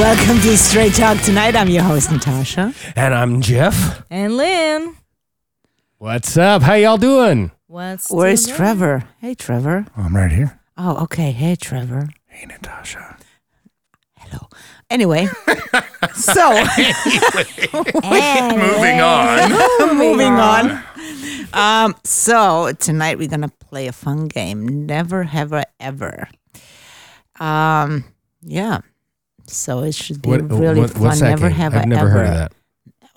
Welcome to Straight Talk Tonight. I'm your host, Natasha. And I'm Jeff. And Lynn, What's up? How y'all doing? what's Where's today? Trevor? Hey, Trevor. I'm right here. Oh, okay. Hey, Trevor. Hey, Natasha. Hello. Anyway, so Moving on. moving on. Um, so tonight we're gonna play a fun game. Never, ever, ever. Um, yeah. So it should be really fun. never have I I've never ever. heard of that.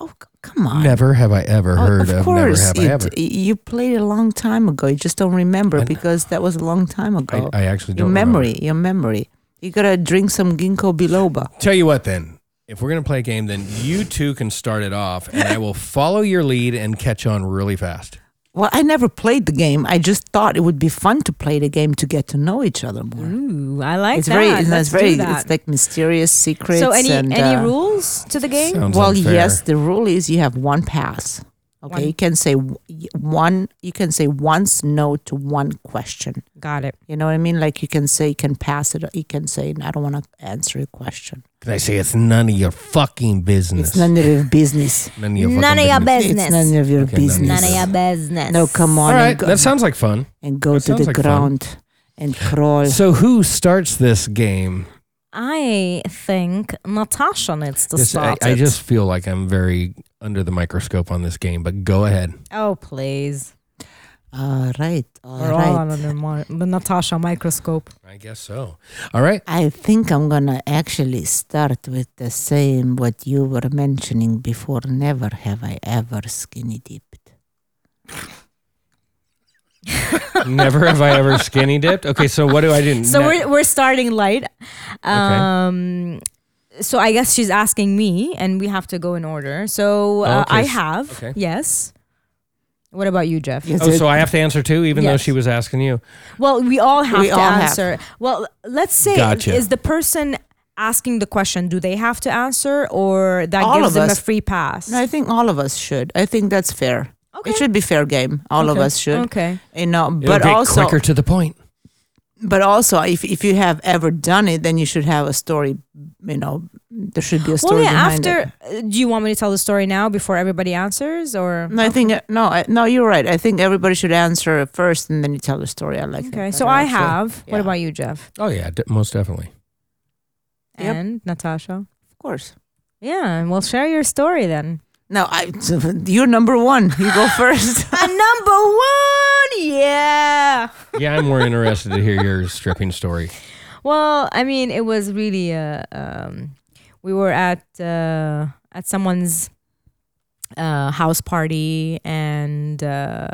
Oh, c- come on. Never have I ever Oh, heard of of, course, Never Have I you, Ever. d- you played it a long time ago. You just don't remember because that was a long time I, ago. I actually your don't memory, remember. your memory. You gotta drink some ginkgo biloba. Tell you what, then. If we're going to play a game, then you two can start it off, and I will follow your lead and catch on really fast. Well, I never played the game. I just thought it would be fun to play the game to get to know each other more. Ooh, I Mm-hmm. like It's that. very, it's Let's very, do that. it's like mysterious secrets. so any and, any uh, rules to the game? Sounds Well, unfair. yes, the rule is you have one pass. Okay, One. you can say w- y- one. You can say once no to one question. Got it. You know what I mean? Like you can say you can pass it. Or you can say I don't want to answer your question. Can I say it's none of your fucking business? It's none of your business. none of your fucking None of your business. It's business. none of your Okay, none of business. your None of your business. No, come on All right, and go, that sounds like fun. and go that to the sounds like fun. ground and crawl. So, who starts this game? I think Natasha needs to This- I, start I it. just feel like I'm very under the microscope on this game, but go ahead. oh please, all right, all we're all right. under the, mar- the Natasha microscope. I guess so. All right. I think I'm gonna actually start with the same what you were mentioning before. Never have I ever skinny dipped. Never have I ever skinny dipped. Okay, so what do I do? So Ne- we're we're starting light. Um, so I guess she's asking me, and we have to go in order. So uh, okay, I s- have okay. yes. What about you, Jeff? Is Oh, it- so I have to answer too, even though Yes. she was asking you. Well, we all have We to all have. answer. Well, let's say Gotcha. is the person asking the question, do they have to answer or that All gives of them us. a free pass? No, I think all of us should. I think that's fair. Okay. It should be fair game. All of Okay. us should. Okay. You know, It'll but get also, quicker to the point. but also, if if you have ever done it, then you should have a story. You know, there should be a story Well, yeah, behind it. after uh, do you want me to tell the story now before everybody answers or No, I think no, I, no. You're right. I think everybody should answer first, and then you tell the story. I like. it Okay. So better, I actually. have. Yeah. What about you, Jeff? Oh yeah, d- most definitely. Yep. And Natasha? of course. Yeah, well share your story then. No, I. You're number one. You go first. And number 1. Yeah. Yeah, I'm more interested to hear your stripping story. Well, I mean, it was really. Uh, um, we were at uh, at someone's uh, house party, and uh,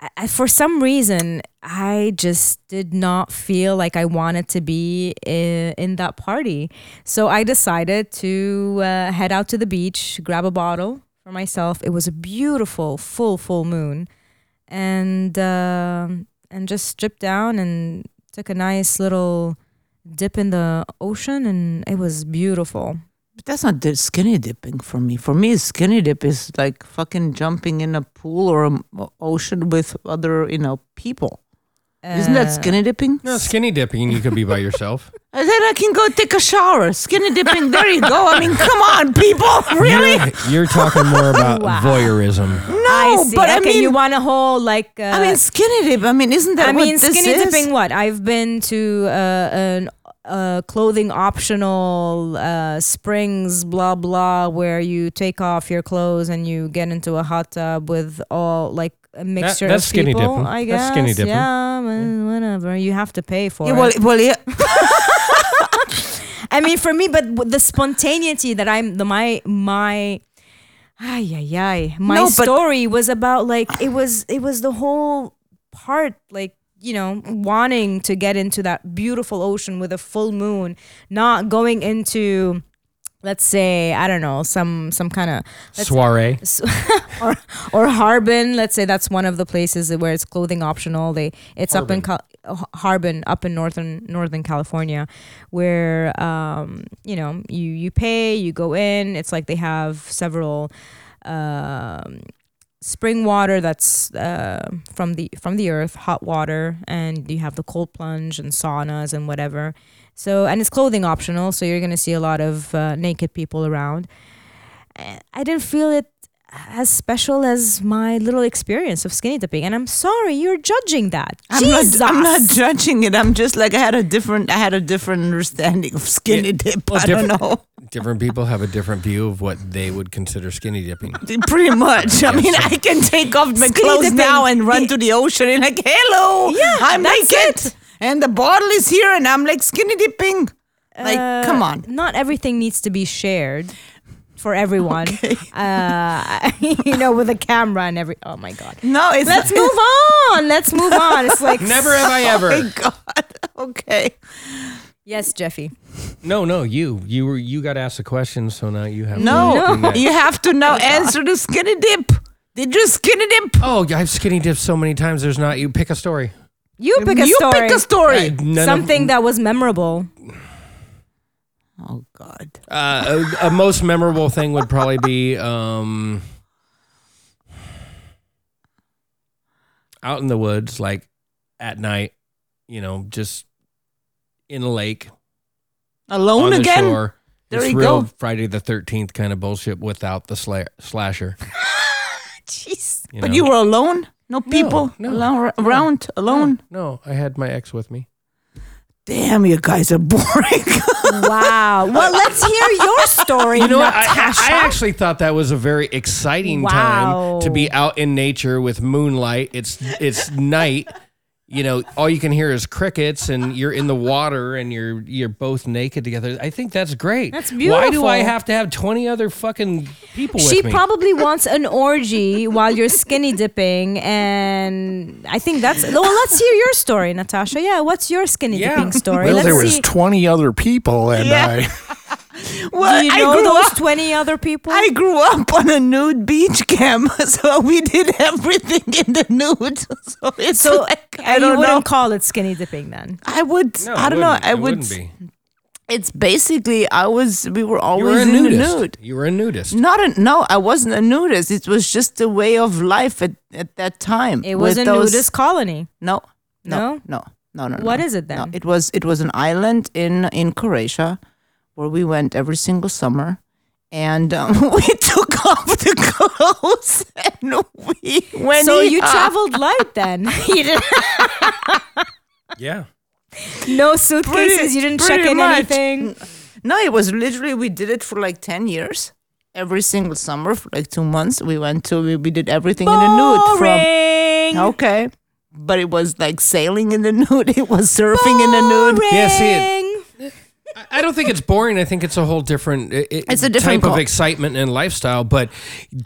I, I- for some reason, I just did not feel like I wanted to be in, in that party. So I decided to uh, head out to the beach, grab a bottle for myself. It was a beautiful full full moon, and uh, and just stripped down and took a nice little dip in the ocean and it was beautiful. But that's not di- skinny dipping for me. For me, skinny dip is like fucking jumping in a pool or an ocean with other, you know, people. Isn't that Uh, skinny dipping? No, skinny dipping, you could be by yourself. And then I can go take a shower. Skinny dipping. There you go. I mean, come on, people. Really? You're, you're talking more about Wow. voyeurism. I No, see. but I okay, mean, you want a whole like uh, I mean, skinny dip. I mean, isn't that I what mean, this skinny is? dipping. What I've been to uh, an uh, clothing optional uh, springs, blah blah, where you take off your clothes and you get into a hot tub with all like a mixture that's of skinny people. dipping. I guess That's skinny dipping. Yeah, well, whatever. You have to pay for Yeah, it. well, well, yeah. I mean, for me, but w- the spontaneity that I'm the my my. Ay, ay, ay. My No, but- story was about like it was it was the whole part like you know wanting to get into that beautiful ocean with a full moon, not going into let's say I don't know some some kind of Soiree. or or Harbin. Let's say that's one of the places where it's clothing optional. They it's up in Cal- uh, Harbin, up in northern Northern California, where um, you know you you pay, you go in. It's like they have several. Um, spring water that's uh, from the from the earth, hot water, and you have the cold plunge and saunas and whatever. So and it's clothing optional, so you're gonna see a lot of uh, naked people around. I I didn't feel it as special as my little experience of skinny dipping, and I'm sorry you're judging that. I'm Jesus, not. I'm not judging it. I'm just like I had a different. I had a different understanding of skinny Yeah. dip. Well, I don't different- know. Different people have a different view of what they would consider skinny dipping. Pretty much. I mean, so- I can take off my Skinny clothes dipping. now and run to the ocean and like, hello, Yeah, I'm that's naked, it. and the bottle is here, and I'm like skinny dipping. Like, Uh, come on. Not everything needs to be shared for everyone. Uh, you know, with a camera and every. Oh my god. No, it's Let's move on. Let's move on. It's like Never have I Oh my ever. god. Okay. Yes, Jeffy. No, no, you, you were, you got asked a question, so now you have. to No, do that. you have to now answer the skinny dip. Did you skinny dip? Oh, I've skinny dipped so many times. There's not. You pick a story. You pick a you story. pick a story. Uh, none of- Something that was memorable. Oh God. Uh, a, a most memorable thing would probably be um, out in the woods, like at night. You know, just in a lake Alone on the again? shore. There It's you real go. Friday the Thirteenth kind of bullshit without the sla- slasher. Jeez. You But know? you were alone? No people no, alone, around alone? No, I had my ex with me. Damn, you guys are boring. Wow. Well, let's hear your story. You know what? I, I- Natasha. I actually thought that was a very exciting Wow. time to be out in nature with moonlight. It's it's night. You know, all you can hear is crickets, and you're in the water, and you're you're both naked together. I think that's great. That's Why do I beautiful. have to have twenty other fucking people she with me? probably wants an orgy while you're skinny dipping, and I think that's. Well, let's hear your story, Natasha. Yeah, what's your skinny Yeah. dipping story? Well, let's there was see. 20 other people, and Yeah. well, Do you I know grew those up. twenty other people? I grew up on a nude beach camp, so we did everything in the nude. So it's so like uh, I you don't wouldn't know. call it skinny dipping then. I would. No, I it don't know. wouldn't- I it would. wouldn't be. It's basically I was. We were You were always a in the nudist. nude. You were a nudist. Not a no. I wasn't a nudist. It was just a way of life at, at that time. It was with a those- nudist colony. No, No? no, no, no, no. What no. is it No, then? it was it was an island in in Croatia, where we went every single summer, and um, we took off the clothes and we went. Ah, so you uh, here. traveled light then. you didn't, Yeah. no suitcases. Pretty- you didn't check pretty in much. anything. No, it was literally we did it for like ten years. Every single summer for like two months, we went to we, we did everything in the Oh, nude from Boring. Okay. But it was like sailing in the nude. It was surfing in the Oh, nude. Yeah, see, it- I- Boring. I don't think it's boring. I think it's a whole different. It, it- It's a different type of cul- excitement and lifestyle. But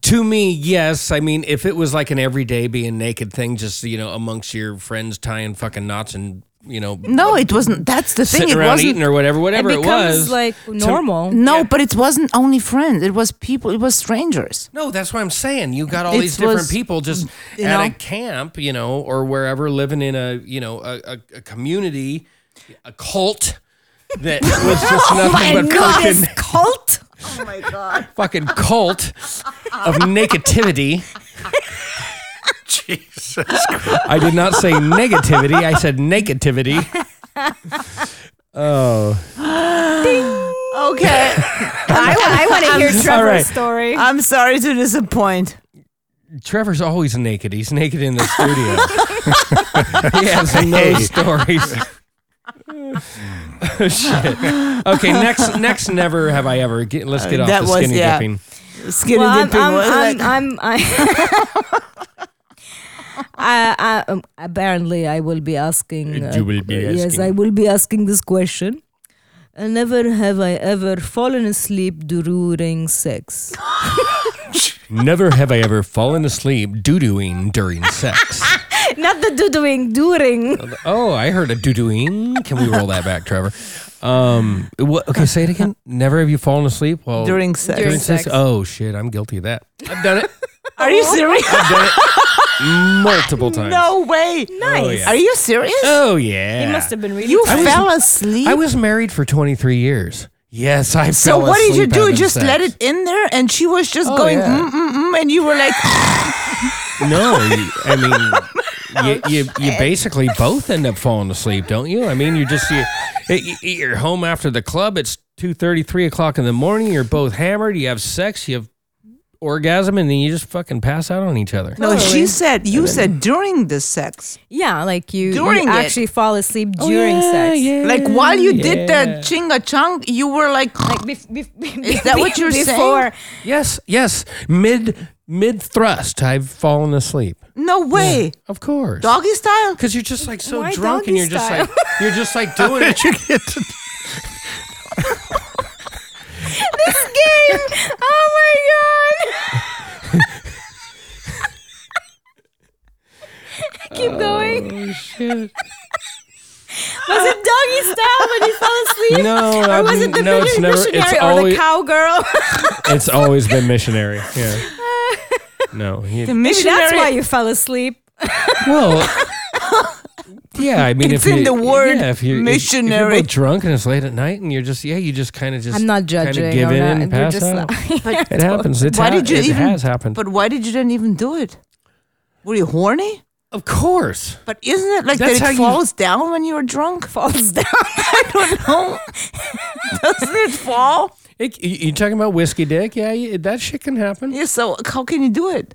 to me, yes. I mean, if it was like an everyday being naked thing, just you know, amongst your friends tying fucking knots and you know, No, it wasn't. That's Mm, the thing. It sitting around wasn't. eating or whatever, it whatever it, becomes was. like normal. no, but it wasn't only friends. It was people. It was strangers. no, that's what I'm saying. You got all It these different was, mm, people just you at a know? camp, you know, or wherever, living in a you know a, a, a community, a cult that was just Oh, nothing but fucking cult. Oh my god. fucking cult of negativity. Jesus Christ. I did not say negativity. I said negativity. Oh. Okay. I, I want to hear All Trevor's right. story. I'm sorry to disappoint. Trevor's always naked. He's naked in the studio. he has no stories. Oh, Shit. Okay, next next never have I ever. Get, let's get off That the was- skinny yeah. dipping. Skinny well, I'm, dipping I'm, was I'm, like, I'm, I, I, um, apparently, I will be asking. uh, You will be Yes, asking. I will be asking this question. Uh, Never have I ever fallen asleep during sex. Never have I ever fallen asleep doo-dooing during sex. Not the do doing during. Oh, I heard a doo-dooing. Can we roll that back, Trevor? Um, what, okay, say it again. Never have you fallen asleep while during sex. During- sex. Oh shit, I'm guilty of that. I've done it. Are you serious? I've done it multiple times. no way. Nice. Oh yeah. Are you serious? Oh yeah. It must have been really. you fun. fell asleep. I was married for 23 years. Yes, I. so fell what did you asleep do? having Just sex. let it in there, and she was just Oh, going mm yeah. mm mm, and you were like, No, you- I mean, you, you, you basically both end up falling asleep, don't you? I mean, you're just you, you- you're home after the club. It's two thirty, three o'clock in the morning. You're both hammered. You have sex. You have orgasm, and then you just fucking pass out on each other. No, she Totally. said you said during the sex, Yeah, like you, During you it. actually fall asleep during sex. like while you did that chinga chong, you were like, Like bef- bef- bef- Is that what you're saying? before, Yes, yes. Mid mid thrust, I've fallen asleep. no way, Of course. doggy style. because you're just like so Why drunk and doggy you're just style? like you're just like doing it you get to- This game. Oh my god. Keep going. Oh, shit. Was it doggy style when you fell asleep? No, Or was it the no, it's missionary, never. missionary It's or always the cowgirl? it's always been missionary. Yeah. No. he- The Maybe missionary. that's why you fell asleep. well. Yeah, I mean, It's if in you- the word yeah, if you're, if- If, missionary. you're both drunk and it's late at night, and you're just yeah, you just kind of just I'm kinda not judging. give I'm in not- and we're pass just out. laughing. It happens. It's Why ha- did you it even- has happened. but why did you then even do it? Were you horny? of course, But isn't it like That's how that it you- falls down when you're drunk? Falls down. I don't know. Doesn't it fall? it, you, you talking about whiskey dick? Yeah, you, that shit can happen. Yeah. So how can you do it?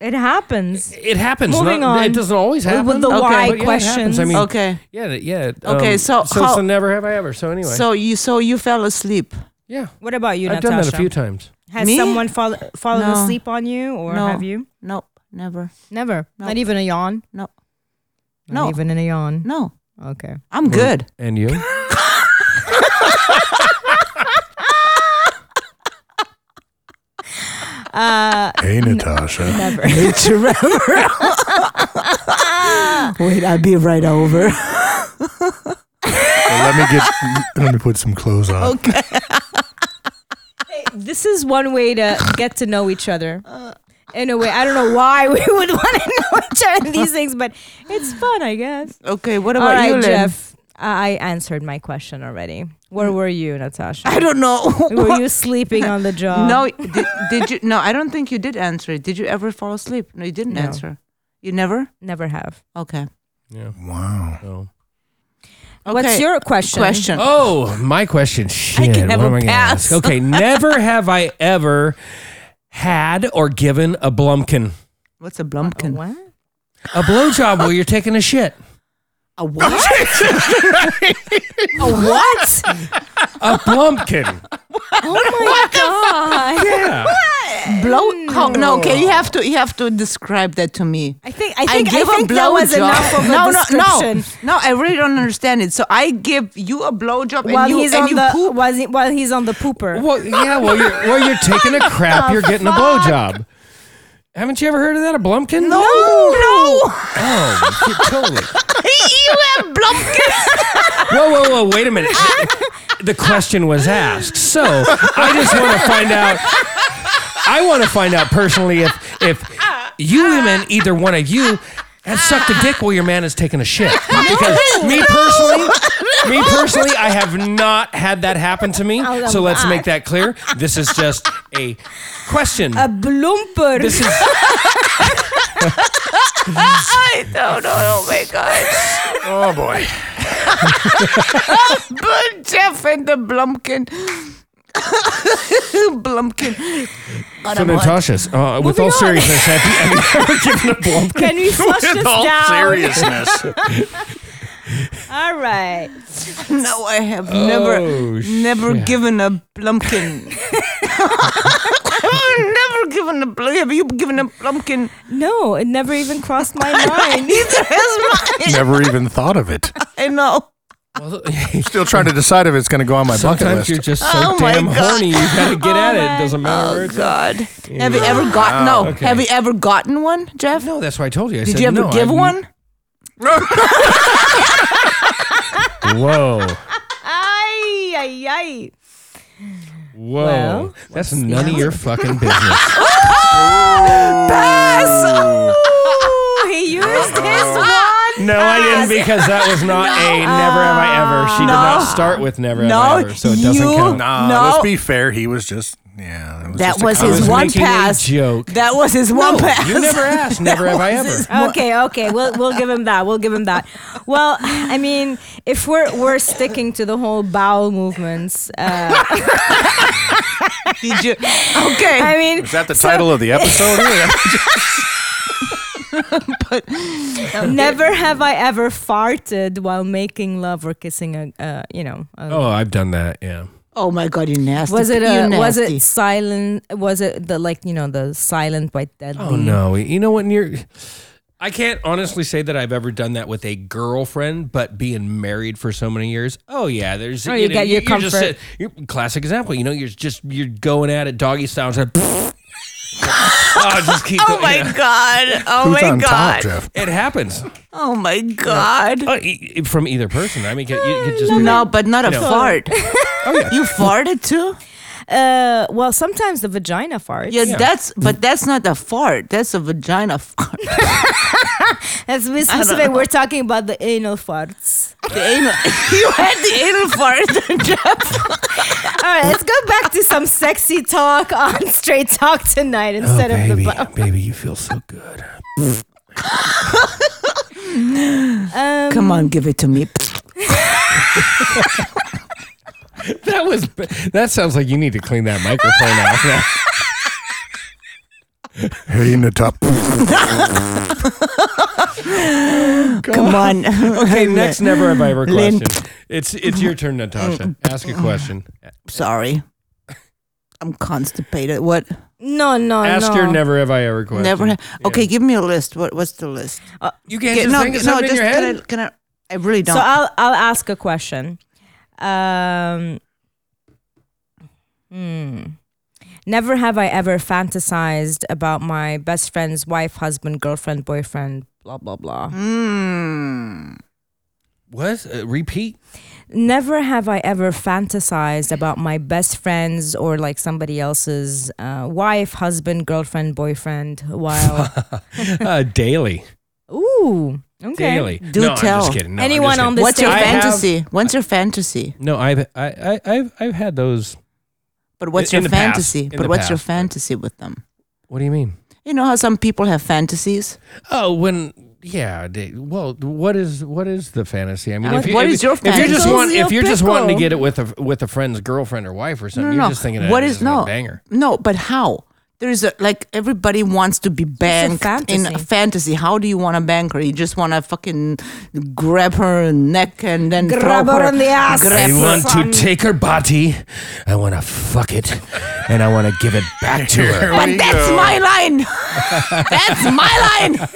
It happens. It happens. Moving not, on. It doesn't always With happen. the but why yeah, it happens. questions. I mean, Okay. yeah, th- yeah. Okay, um, so so, how- so never have I ever. So anyway, So you so you fell asleep. yeah, What about you, I've Natasha? done that a few times. Has Me? someone fall, fallen No. asleep on you, or No. have you? Nope. Never. Never. No. Not even a yawn. No. Not No. even in a yawn. No. Okay. I'm good. And you? Uh, hey, Natasha. never. Wait, I'll be right over. Well, let me get. Let me put some clothes on. Okay. this is one way to get to know each other. In a way, I don't know why we would want to know each other in these things, but it's fun, I guess. Okay. What All about right, you, Lynn? Jeff. I I answered my question already. Where were you, Natasha? I don't know. Were you sleeping on the job? no. Did, did you? No. I don't think you did answer it. Did you ever fall asleep? No, you didn't No. answer. You never. never have. Okay. Yeah. Wow. No. Okay. What's your question? question? Oh, my question. Shit. can have what a am I gonna pass. ask? Okay, never have I ever had or given a blumpkin. What's a blumpkin? What? A blowjob while you're taking a shit. A what? A what? A blumpkin. oh my god! Mm. Yeah. Blow? How, Oh, no. Okay. You have to. You have to describe that to me. I think I think I, give a think that was blowjob. enough of a no, no, description. no, no. I really don't understand it. So I give you a blowjob and While you he's and on you the poop. while he- while he's on the pooper. Well, yeah, while you're, while you're taking a crap, you're getting a blowjob. Haven't you ever heard of that? A blumpkin? No, no. Oh, shit, totally. you have blumpkin. Whoa, whoa, whoa, wait a minute. The question was asked. So I just want to find out. I want to find out personally if if you women, either one of you, has sucked a dick while your man is taking a shit. Because me personally, me personally, I have not had that happen to me. Oh, So let's God. make that clear. This is just a question. a blooper. This is I don't know. Oh my god. Oh boy. But Jeff and the blumpkin. blumpkin. so Natasha's. Uh, with Moving all on. seriousness, have you, have you ever given a blumpkin? Can we flush this In all down? seriousness. All right. No, I have Oh, never, never given a blumpkin. I've never given a blumpkin. Have you given a blumpkin? No, it never even crossed my mind. Neither has mine. Never even thought of it. I know. Still trying to decide if it's going to go on my Sometimes bucket you're list. just so Oh my damn God. horny you gotta get at it. my It doesn't matter where Oh it's God! Have you ever gotten? No. Okay. Have you ever gotten one, Jeff? No, Oh, that's why I told you. I Did said, you ever no, give I've- one? Whoa. Ay, ay, ay. Whoa. Well, that's none of your fucking business. Oh, Ooh, Oh, he used his one. no, I didn't because that was not a never have I ever. She did not start with never have I No, ever, so it doesn't you- count. Nah, No. let's be fair. He was just, yeah. it was Oh. was That just a was I his was comment. one making pass. A joke. That was his one No, pass. you never asked. Never have I ever. Okay, okay. We'll we'll give him that. We'll give him that. Well, I mean, if we're we're sticking to the whole bowel movements, uh, Did you? Okay. I mean, Is that the title of the episode? never have I ever farted while making love or kissing a, uh, you know. A, Oh, I've done that. Yeah. oh my God, you nasty. Was it you a, nasty. was it silent? Was it the like you know the silent but deadly? Oh no. You know what? Near. I can't honestly say that I've ever done that with a girlfriend, but being married for so many years, oh yeah, there's Oh, you get your you're just sit- comfort. you're, classic example, you know, you're just you're going at it doggy style. Just like, oh, just keep Oh going, my yeah. God. Oh Who's my on top, God. Jeff? It happens Oh my God. Uh, e- e- from either person. I mean, you could just be No, like- but not a No. Oh, fart. You farted too? Uh, well, sometimes the vagina farts. Yeah, that's but that's not a fart. That's a vagina fart. That's we specific. We're talking about the anal farts. The anal, you had the anal fart, Jeff. All right, let's go back to some sexy talk on Straight Talk tonight instead of the. baby, bu- baby, you feel so good. Um, Come on, give it to me. That was. That sounds like you need to clean that microphone off. Now. Hey, in the top. Come on. Okay, next never have I ever question. It's it's your turn, Natasha. Ask a question. Sorry. I'm constipated. What? No, no, Ask no. your never have I ever question. Never. Ha- okay, give me a list. What? What's the list? You can't Okay, just think of something in your head. Can I, can I? I really don't. So I'll I'll ask a question. Um, hmm. Never have I ever fantasized about my best friend's wife, husband, girlfriend, boyfriend, blah blah blah. Mm. What? Uh, repeat. Never have I ever fantasized about my best friend's or like somebody else's uh, wife, husband, girlfriend, boyfriend while Uh, daily. ooh okay Daily. Do no, I'm tell. just kidding. No, I'm Anyone just on kidding. this What's your I have- fantasy? what's your fantasy? No, I've I, I I've I've had those. But what's in your the past. fantasy? In But the what's your past. fantasy with them? What do you mean? You know how some people have fantasies. Oh, when yeah. They, well, what is what is the fantasy? I mean, What- if you, what if, is your If you're just fantasy? want, if you're just wanting to Pickle. get it with a with a friend's girlfriend or wife or No, something, no, you're no. just thinking of What it is- as a no. banger. No, but how? There's a, like everybody wants to be banged in a fantasy. fantasy. How do you want to bang her? You just want to fucking grab her neck and then Grab throw her in the ass. Grab her. Son. take her body. I want to fuck it, and I want to give it back to her. But that's my line. that's my line.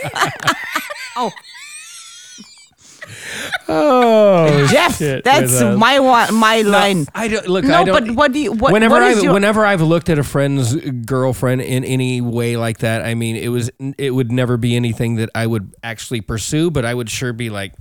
Oh, Jeff, shit, that's with us. my one, my line. I don't look. No, I don't, but what do you- what- whenever what I is your- whenever I've looked at a friend's girlfriend in any way like that, I mean, it was it would never be anything that I would actually pursue, but I would sure be like,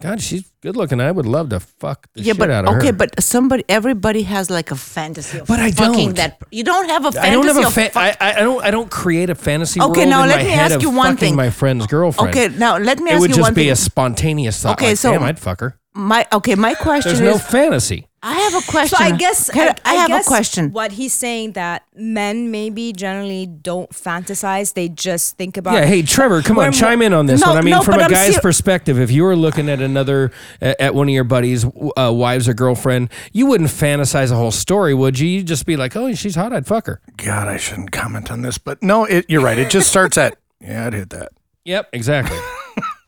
God, she's good looking. I would love to fuck the Yeah, shit but out of okay, her. but somebody, everybody has like a fantasy. Of But I fucking don't. That you don't have a fantasy. I don't have a of fa- fuck- I, I I don't I don't create a fantasy. Okay, world now in let my me head ask of you one fucking thing. My friend's girlfriend. okay, now let me it ask would you just one be thing. a spontaneous thought. Okay, like, so- damn, I'd fuck her. my okay, my question There's is. no fantasy. I have a question. So I guess Can I, I have guess a question. What he's saying that men maybe generally don't fantasize; they just think about. Yeah, hey Trevor, come We're on, mo- chime in on this No, one. I mean, no, from but a I'm guy's ser- perspective, if you were looking at another at at one of your buddies' uh, wives or girlfriend, you wouldn't fantasize a whole story, would you? You'd just be like, "Oh, she's hot, I'd fuck her." God, I shouldn't comment on this, but no, it, you're right. It just starts at, yeah, I'd hit that. Yep, exactly.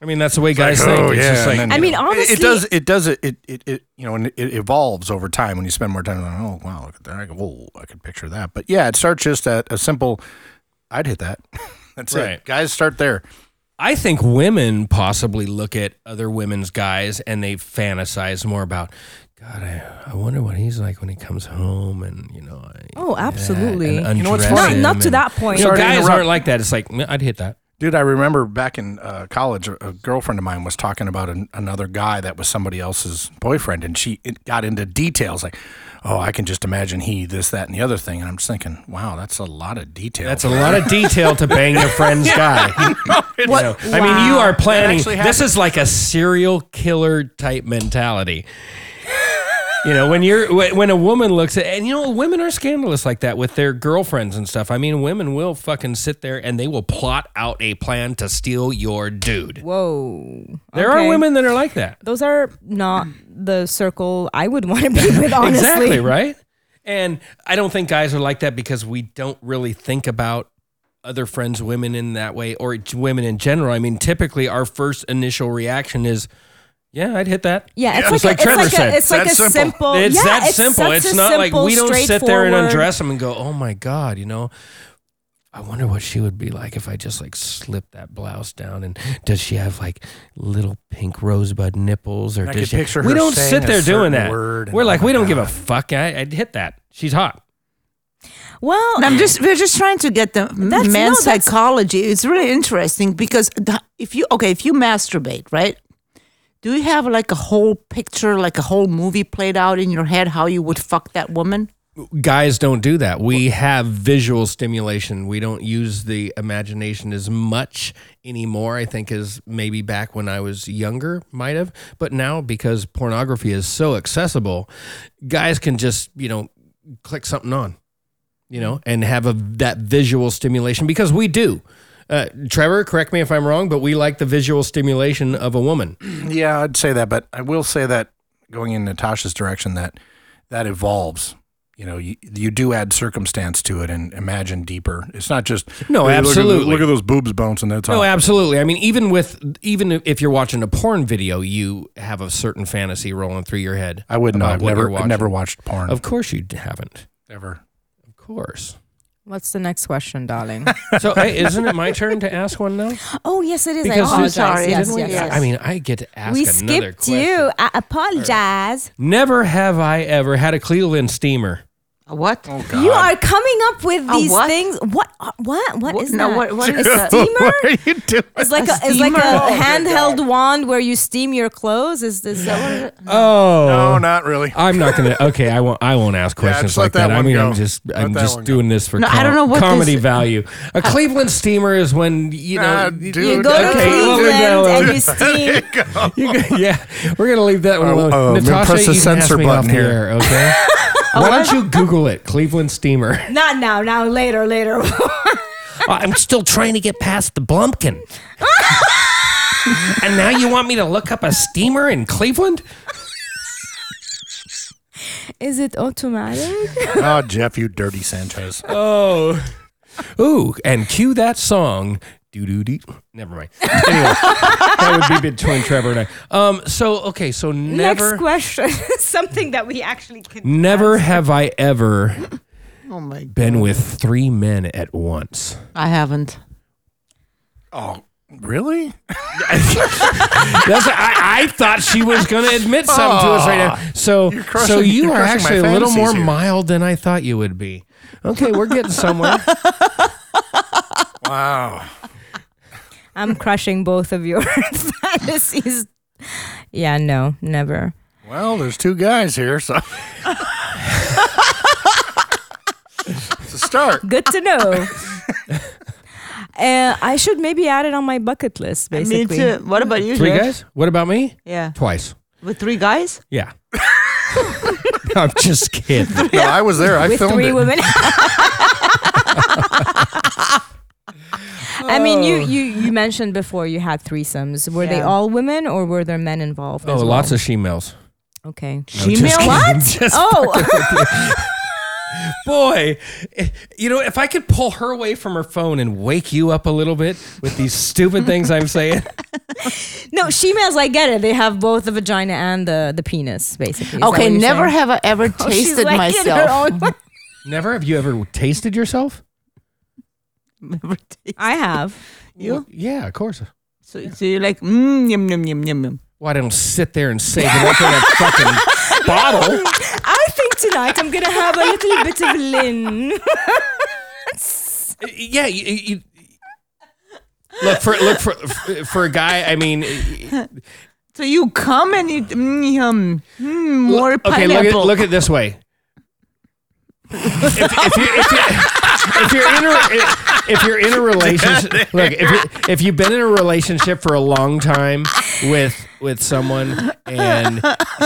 I mean, that's the way guys Like, think. oh, it's yeah, just and like, then, I you mean, know, it- honestly- it does. It does. It, it, it, it you know, and it evolves over time when you spend more time. Like, oh wow, look at that! I can, whoa, I could picture that. But yeah, it starts just at a simple. I'd hit that. That's Right. it. Guys, start there. I think women possibly look at other women's guys and they fantasize more about. God, I, I wonder what he's like when he comes home, and you know. I, Oh, absolutely. and You know what's undress funny? him Not- not to and- that point. You know, Sorry to guys interrupt. aren't like that. It's like "Mm, I'd hit that. Dude, I remember back in uh, college, a a girlfriend of mine was talking about an, another guy that was somebody else's boyfriend, and she it got into details like, "Oh, I can just imagine he this, that, and the other thing." And I'm just thinking, "Wow, that's a lot of detail." That's a lot of detail to bang your friend's guy. You know, I mean, you are planning. actually This is like a serial killer type mentality. You know, when you're wh- when a woman looks at and you know women are scandalous like that with their girlfriends and stuff. I mean, women will fucking sit there and they will plot out a plan to steal your dude. Whoa. There Okay. are women that are like that. Those are not the circle I would want to be with, honestly. Exactly, right? And I don't think guys are like that because we don't really think about other friends, women in that way, or j- women in general. I mean, typically our first initial reaction is, yeah, I'd hit that. Yeah, it's Just like, like a, Trevor it's like said. a, it's like a That's simple. simple. It's yeah, that simple. such It's, a not like we simple, don't sit there and straightforward- undress them and go, oh my God, you know, I wonder what she would be like if I just like slipped that blouse down. And does she have like little pink rosebud nipples or I does could she? picture we her don't saying sit a there doing certain that. word and, We're oh like, my we don't give a God. fuck. I, I'd hit that. She's hot. Well, And I'm just we're just trying to get the That's- man's no, that's- psychology. It's really interesting because the, if you okay, if you masturbate, right? Do you have like a whole picture, like a whole movie played out in your head how you would fuck that woman? guys don't do that. We have visual stimulation. We don't use the imagination as much anymore, I think, as maybe back when I was younger might have. But now, because pornography is so accessible, guys can just, you know, click something on, you know, and have a, that visual stimulation because we do. Uh, Trevor, correct me if I'm wrong, but we like the visual stimulation of a woman. Yeah, I'd say that, but I will say that going in Natasha's direction, that that evolves. You know, you, you do add circumstance to it and imagine deeper. It's not just No, "Hey, look at the- absolutely. Look at, those boobs bounce and that's all. No, absolutely. I mean, even with even if you're watching a porn video, you have a certain fantasy rolling through your head. I wouldn't. know. about I've what you're never, I've watching. never watched porn. Of course, you haven't. ever. Of course. what's the next question, darling? So, hey, isn't it my turn to ask one now? oh, yes, it is. Because- I apologize. sorry, yes, didn't we- yes, yes. I mean, I get to ask we another skipped question. you. I apologize. Never have I ever had a Cleveland steamer. A what? Oh God. You are coming up with these what? things. What? uh, What? What is no, that? what, what is a that? steamer? what are you doing? It's like a, A it's like a steamer? Oh, handheld wand where you steam your clothes. Is this that what it- Oh. No, not really. I'm not gonna. Okay, I won't. I won't ask Yeah, questions just let like that. that I one mean, go. I'm just. Let I'm that just one go. doing this for No, I com- don't know what comedy this- value. A Cleveland steamer is when you know. Ah, you- dude. You go to Okay, well, we Cleveland go. and You you steam. go- yeah, we're gonna leave that one Uh, alone. uh, Natasha, press the you can ask censor me off button the here. air, okay? Why don't you Google it, Cleveland steamer? Uh, Not now. Now later. Later. I'm still trying to get past the Blumpkin. and now you want me to look up a steamer in Cleveland? is it automatic? oh, Jeff, you dirty Sanchez. Oh, ooh, and cue that song. Doo doo doo. Never mind. Anyway, that would be between Trevor and I. Um. So okay. So never, Next question. Something that we actually can. never have I ever Oh my! been with three men at once. I haven't. Oh, really? That's, I, I thought she was going to admit something to us right now. So, crushing- so you you're are crushing my actually a little fantasies more here. mild than I thought you would be. Okay, we're getting somewhere. Wow. I'm crushing both of your fantasies. Yeah. No. Never. Well, there's two guys here, so. it's a start. Good to know. Uh, I should maybe add it on my bucket list. Basically. Me too. uh, What about you? Three Jeff? guys? What about me? Yeah, Twice. with three guys. Yeah. I'm just kidding. No, I was there. I with filmed three it. women. I mean, you, Oh. you you mentioned before you had threesomes. Were they Yeah. all women or were there men involved? Oh, as lots well? of females. Okay. She just kidding. What? Just- Oh, boy, eh, you know, if I could pull her away from her phone and wake you up a little bit with these stupid things I'm saying. no, shemales. I get it. They have both the vagina and the the penis, basically. Is that Okay, what you're never saying? have I ever Oh, she's tasted like in her myself. own- Never have you ever tasted yourself? Never tasted I have. you. Yeah, of course. So, so you're like, mm, yum yum yum yum yum. Why don't sit there and save it up in a fucking bottle? I think tonight I'm gonna have a little bit of Lynn. Yeah, you, you look for look for for a guy. I mean, So you come and you mm, yum mm, more okay, pineapple. look at look at it this way. if, if, you, if, you, if you're in a if you're in a relationship, look if you, if you've been in a relationship for a long time with with someone and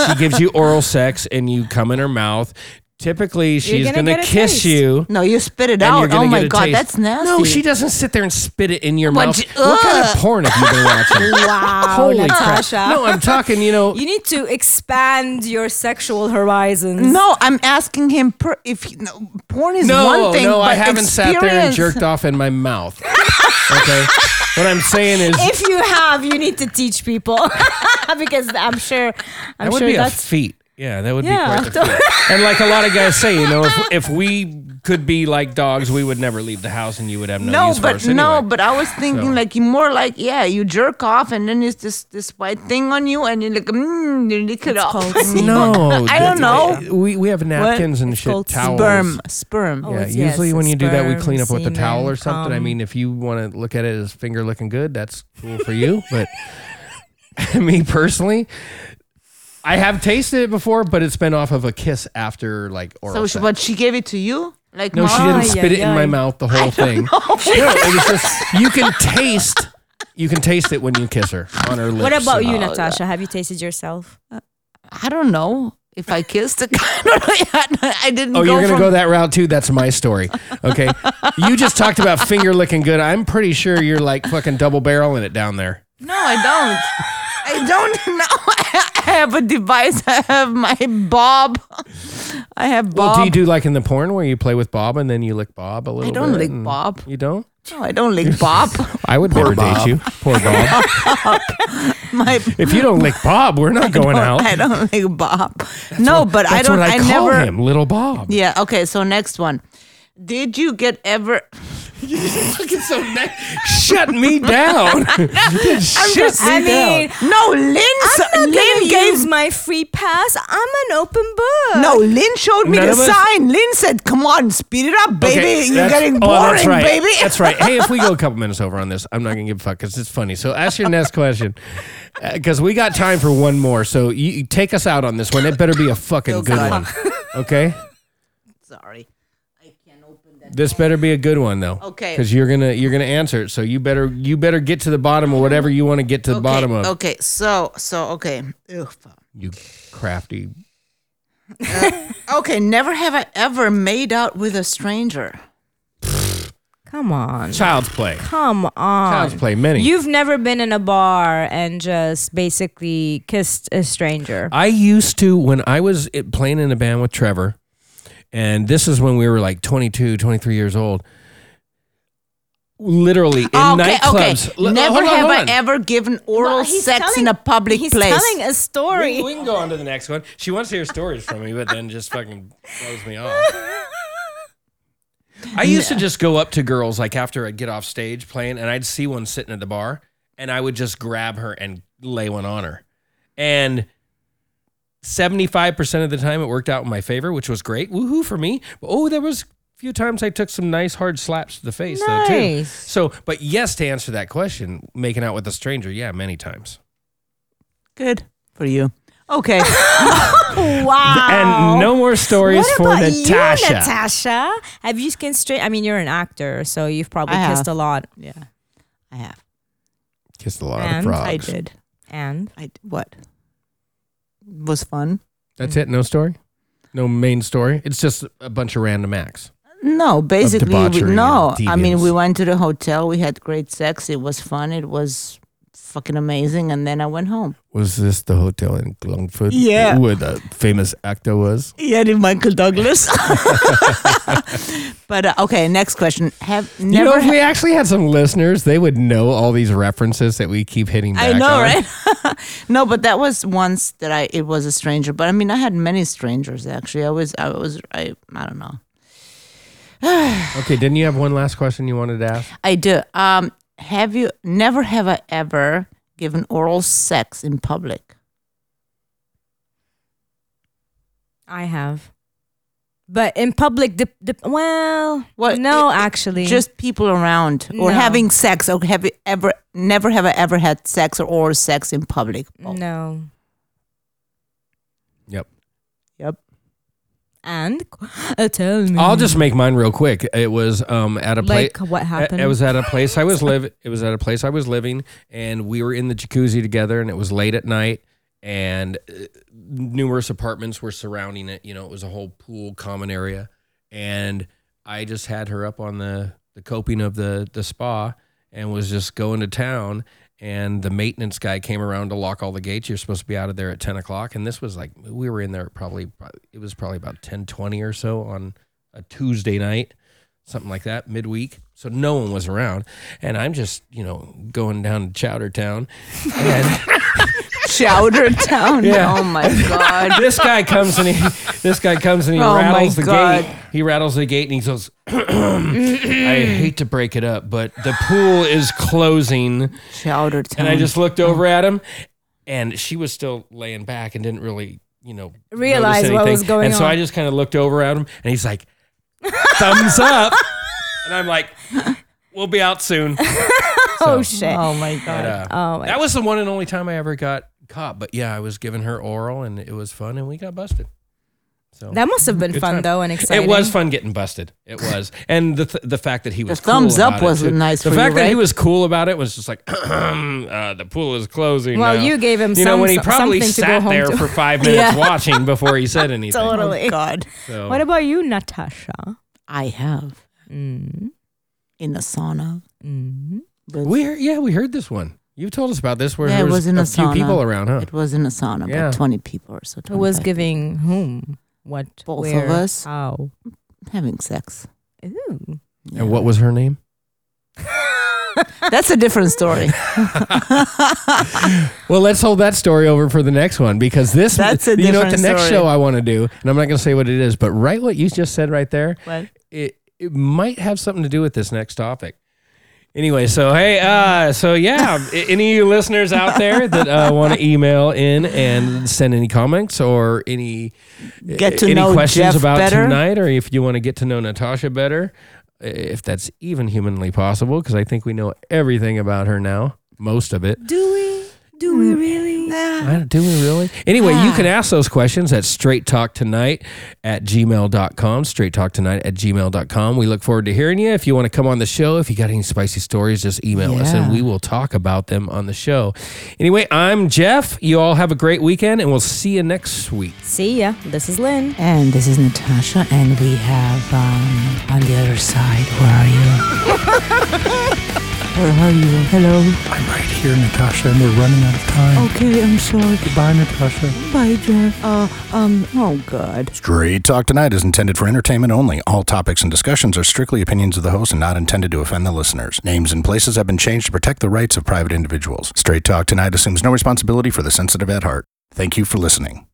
she gives you oral sex and you come in her mouth. Typically, she's gonna going to get a kiss taste. you. No, you spit it And you're out. gonna Oh get my a god, taste. that's nasty. No, she doesn't sit there and spit it in your What mouth. you- what kind Ugh. of porn have you been watching? Wow, Holy Natasha. crap! No, I'm talking. You know, You need to expand your sexual horizons. No, I'm asking him per, if he, no, porn is no, one thing. no, but I haven't sat there and experience- jerked off in my mouth. Okay, what I'm saying is If you have, you need to teach people because I'm sure I'm that would sure be a that's feat. Yeah, that would Yeah. be quite a feat. and like a lot of guys say, you know, if, if we could be like dogs, we would never leave the house, and you would have no, No, use for but us no, anyway. but I was thinking So. like you more like yeah, you jerk off and then it's this this white thing on you and you're like mm, you lick it off. called no, I don't that's- know. We we have napkins and shit, called towels. Sperm, sperm. Oh, Yeah, it's- yes, usually when it's you do that, we sperm, clean up with a semen, towel or something. I cum. mean, if you want to look at it as finger looking good, that's cool for you. But me personally, I have tasted it before, but it's been off of a kiss after like oral. So, she, sex. but she gave it to you, like eh. Oh No, she mom? didn't Ay, spit it ay, in my ay. mouth the whole thing. No, it was just you can taste you can taste it when you kiss her on her lips. What about you, and- Natasha? Have you tasted yourself? I don't know if I kissed. a guy. I don't know. I didn't. go Oh, you're gonna from, go that route too. That's my story. Okay, you just talked about finger licking good. I'm pretty sure you're like fucking double barreling it down there. No, I don't. I don't know. I have a device. I have my Bob. I have Well, Bob. do you do like in the porn where you play with Bob and then you lick Bob a I little? don't bit lick and- Bob. You don't? no, I don't lick Bob. I would never Bob. date you. Poor Bob. My if you don't lick Bob, we're not going out. I don't lick Bob. no, but I That's don't. what I, call never. him, Little Bob. Yeah. Okay. So next one. Did you get ever? Fucking so ne- shut me down. shut me I mean, down. No, Lynn. I'm not Lynn gonna gave. use my free pass. I'm an open book. no, Lynn showed me None the of us- sign. Lynn said, "Come on, speed it up, baby. Okay, You're that's- getting boring, oh, that's right. baby." That's right. Hey, if we go a couple minutes over on this, I'm not gonna give a fuck because it's funny. So ask your next question because we got time for one more. So you, you take us out on this one. It better be a fucking Oh, good God. one. Okay. Sorry, I can't open that. This better be a good one though. Okay. Because you're gonna you're gonna answer it. So you better you better get to the bottom of whatever you want to get to the okay, bottom of. Okay. So so okay. Ugh, fuck. You crafty. Okay. Never have I ever made out with a stranger. Come on. Child's play. Come on. Child's play. Many. You've never been in a bar and just basically kissed a stranger. I used to when I was i- playing in a band with Trevor, and this is when we were like 22, 23 years old. Literally in okay. nightclubs. Okay. L- Never hold on, have hold I on. ever given oral Well, he's sex in telling- a public He's place. telling a We, story. we can go on to the next one. She wants to hear stories from me, but then just fucking blows me off. I used to just go up to girls like after I'd get off stage playing, and I'd see one sitting at the bar, and I would just grab her and lay one on her. And 75% of the time, it worked out in my favor, which was great. Woohoo for me. But oh, there was a few times I took some nice hard slaps to the face, though, too. Nice. So, but yes, to answer that question, making out with a stranger, yeah, many times. Good for you. Okay. Wow. And no more stories what for about Natasha. you, Natasha? Have you kissed straight? I mean, you're an actor, so you've probably I kissed have. a lot. yeah. I have. Kissed a lot And I of frogs. I did. And I d- what? Was fun. That's it. No story. No main story. It's just a bunch of random acts. No, basically, we, debauchery no. and I mean, we deviance. went to the hotel. We had great sex. It was fun. It was fucking amazing. And then I went home. Was this the hotel in Longford? Yeah. Where the famous actor was? Yeah, the Michael Douglas. but uh, okay, next question. Have You know, never. if we actually had some listeners, they would know all these references that we keep hitting back I know, on. right? no, but that was once that I it was a stranger. But I mean, I had many strangers actually. I was, I was, I, I don't know. Okay, didn't you have one last question you wanted to ask? I do. Um, have you never have I ever given oral sex in public? I have. But in public, dip, dip, well, What- no, it- it- actually. Just people around or No. having sex or have you ever never have I ever had sex or oral sex in public? no. Yep. Yep. And uh, tell me. I'll just make mine real quick. It was um at a place. like what happened? It was at a place I was live. It was at a place I was living, and we were in the jacuzzi together, and it was late at night, and uh, numerous apartments were surrounding it. You know, it was a whole pool, common area, and I just had her up on the the coping of the the spa, and was just going to town. And the maintenance guy came around to lock all the gates. You're supposed to be out of there at ten o'clock, and this was like we were in there probably. It was probably about ten twenty or so on a Tuesday night something like that, midweek. So no one was around. And I'm just, you know, going down to Chowdertown. And Chowder Town. Yeah. Oh my God. this guy comes and he this guy comes and he Oh, my rattles the God. gate. He rattles the gate and he goes, I hate to break it up, but the pool is closing. Chowder Town. And I just looked over at him and she was still laying back and didn't really, you know, notice Realize what anything. was going And so on. I just kind of looked over at him and he's like, thumbs up. And I'm like, we'll be out soon. oh So- shit. Oh my But, God. uh, Oh, my- that was the one and only time I ever got caught. But yeah, I was giving her oral, and it was fun, and we got busted. So that must have been Oh. Good fun time. though and exciting. it was fun getting busted. It was, and the th- the fact that he was cool thumbs up about it, was too. nice The for fact you, that he right? was cool about it was just like uh, the pool is closing. Well, now. you gave him You know some- when he some- probably something to go sat home there to. for five minutes Yeah. watching before he said anything. Totally. Oh God. So, What about you, Natasha? I have Mm. in the sauna. Mm. But we heard- yeah we heard this one. You told us about this where Yeah, there it was was, in a a few sauna. people around, huh? it was in a sauna, about Yeah. 20 people or so. Who was 25 giving whom? What? Both where, of us. How? having sex. Ooh. Yeah. And what was her name? That's a different story. Well, let's hold that story over for the next one because this, That's a you know, what the different next story. show I want to do, and I'm not going to say what it is, but right what you just said right there, What? it, it might have something to do with this next topic. Anyway, so hey, uh, so yeah, i- any of you listeners out there that uh, want to email in and send any comments or any Get to any know questions Jeff about better. tonight, or if you want to get to know Natasha better, if that's even humanly possible, because I think we know everything about her now, most of it. Do we? Do Hmm. we really? I don't- do we really? Anyway, you can ask those questions at straight talk tonight at gmail.com. Straight talk tonight at gmail.com. We look forward to hearing you. If you want to come on the show, if you got any spicy stories, just email us and Yeah. we will talk about them on the show. Anyway, I'm Jeff. You all have a great weekend and we'll see you next week. See ya. This is Lynn. And this is Natasha, and we have um, on the other side. Where are you? Where are you? Hello. I'm right here, Natasha, and we're running out of time. Okay, I'm sorry. Goodbye, Natasha. Bye, Jeff. Uh, um. Oh God. Straight Talk Tonight is intended for entertainment only. All topics and discussions are strictly opinions of the host and not intended to offend the listeners. Names and places have been changed to protect the rights of private individuals. Straight Talk Tonight assumes no responsibility for the sensitive at heart. Thank you for listening.